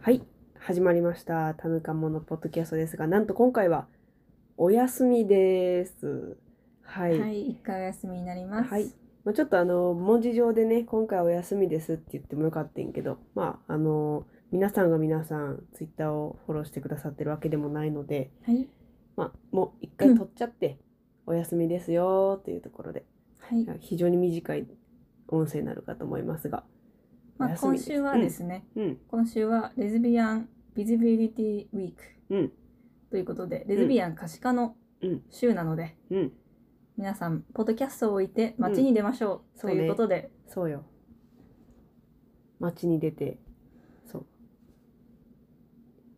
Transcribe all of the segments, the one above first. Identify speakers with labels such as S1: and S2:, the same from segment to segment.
S1: はい、始まりました。タヌカモのポッドキャストですが、なんと今回はお休みです。はい。
S2: はい、一回お休みになります。
S1: はいまあ、ちょっとあの文字上でね、今回お休みですって言ってもよかったんやけど、まああの皆さんが皆さんツイッターをフォローしてくださってるわけでもないので、
S2: はい、
S1: まあもう一回取っちゃって、お休みですよというところで、
S2: はい
S1: 非常に短い音声になるかと思いますが、
S2: ま
S1: お
S2: あ、
S1: 休み
S2: 今
S1: です
S2: 週はですね、
S1: うん
S2: 今週はレズビアンビジビリティウィーク
S1: うん
S2: ということで、レズビアン可視化の
S1: うん
S2: 週なので、
S1: うん、
S2: 皆さんポッドキャストを置いて街に出ましょう、
S1: そう
S2: と
S1: ね
S2: いうことで、
S1: そうよ。街に出て、そう。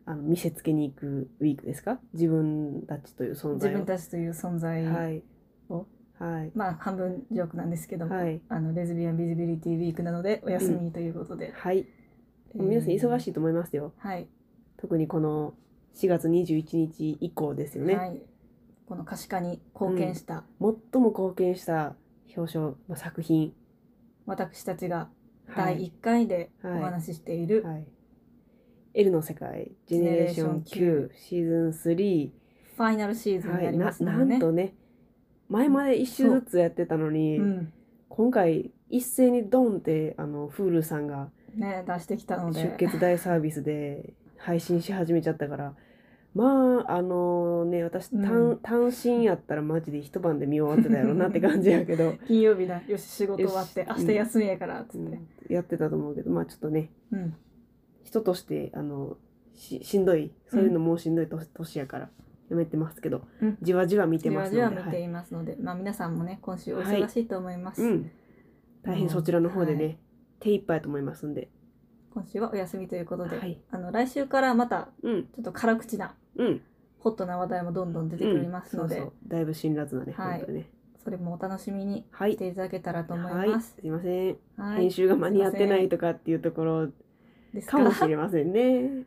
S1: あの見せつけに行くウィークですか自分たちという存
S2: 自
S1: 在を。
S2: 分たちという存在、
S1: はい。
S2: を
S1: はい。
S2: まあ半分ジョークなんですけども、
S1: はい。
S2: あのレズビアンビジビリティウィークなのでお休みということで、
S1: はい。皆さん忙し
S2: い。
S1: いと思いますよ。
S2: はい、
S1: 特にこの4月21日以降ですよね。
S2: はい、この可視化に貢献した
S1: 最も貢献した表彰、まあ、作品。
S2: 私たちが
S1: は
S2: 第
S1: い。
S2: 1回でお
S1: はい
S2: 話ししている
S1: はい。L の世界、ジェネレーション Q、シーズン3、
S2: ファイナルシーズンになりま
S1: な
S2: すの
S1: な
S2: でね。
S1: んとね前まで一周ずつやってたのに、
S2: うん、
S1: 今回一斉にドンってあの Hulu さんが
S2: ね出してきたので
S1: 出血大サービスで配信し始めちゃったからまああのね私単,、
S2: う
S1: 単身やったらマジで一晩で見終わってたやろうなって感じやけ ど、
S2: 金曜日だよし仕事終わって
S1: よし
S2: 明日休みやからっつ
S1: う
S2: って
S1: ん、やってたと思うけどまあちょっとね
S2: うん
S1: 人としてあのししんどいそういうのもうしんどい年,、年やからやめてますけど、
S2: うん
S1: じわじわ見て
S2: じ
S1: ま
S2: わ
S1: すので
S2: じわ見
S1: は
S2: て
S1: い
S2: いますので、まあ皆さんもね今週お忙しいと思います、
S1: うん、大変そちらの方でね、
S2: は
S1: 手一杯やと思いますんで、
S2: 今週はお休みということで、
S1: はい
S2: あの来週からまた
S1: うん
S2: ちょっと辛口な
S1: うん、
S2: ホットな話題もどんどん出てくりますので、
S1: うんそうそうだいぶ辛辣なね、
S2: はい
S1: 本当にね
S2: それもお楽しみに
S1: はい
S2: していただけたらと思
S1: はい
S2: ます。
S1: すいません、
S2: はい、
S1: 編集が間に合ってないとかっていうところ
S2: です
S1: か
S2: か
S1: も
S2: ら
S1: しれませんね
S2: うーん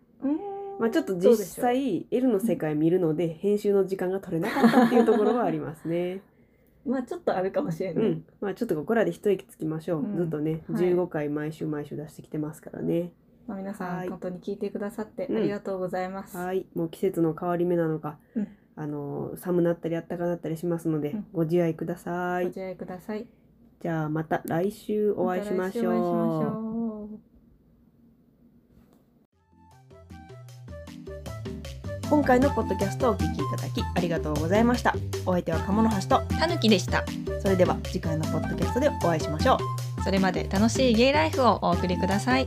S1: まあちょっと
S2: ど
S1: 実
S2: うでしょう
S1: 際 L の世界見るので編集の時間が取れなかったっていうところはあります ね
S2: まあちょっとあるかもしれ
S1: う
S2: ない、
S1: んまあちょっとここらで一息つきましょう、
S2: うん
S1: ずっとね
S2: はい
S1: 15回毎週毎週出してきてますからね
S2: まあ、皆さ
S1: はい
S2: ん本当に聞いてくださってありがとうございます。
S1: はい、もう季節の変わり目なのか、
S2: うん
S1: あの寒なったり暖かなったりしますので、
S2: うん
S1: ご自愛くださ
S2: ご
S1: い。
S2: 自愛ください。
S1: じゃあまた来週お会いしましょう。
S2: また来週お会いしましょう。
S1: 今回のポッドキャストをお聞きいただきありがとうございました。お相手は鴨の橋と、
S2: たぬきでした。
S1: それでは次回のポッドキャストでお会いしましょう。
S2: それまで楽しいゲイライフをお送りください。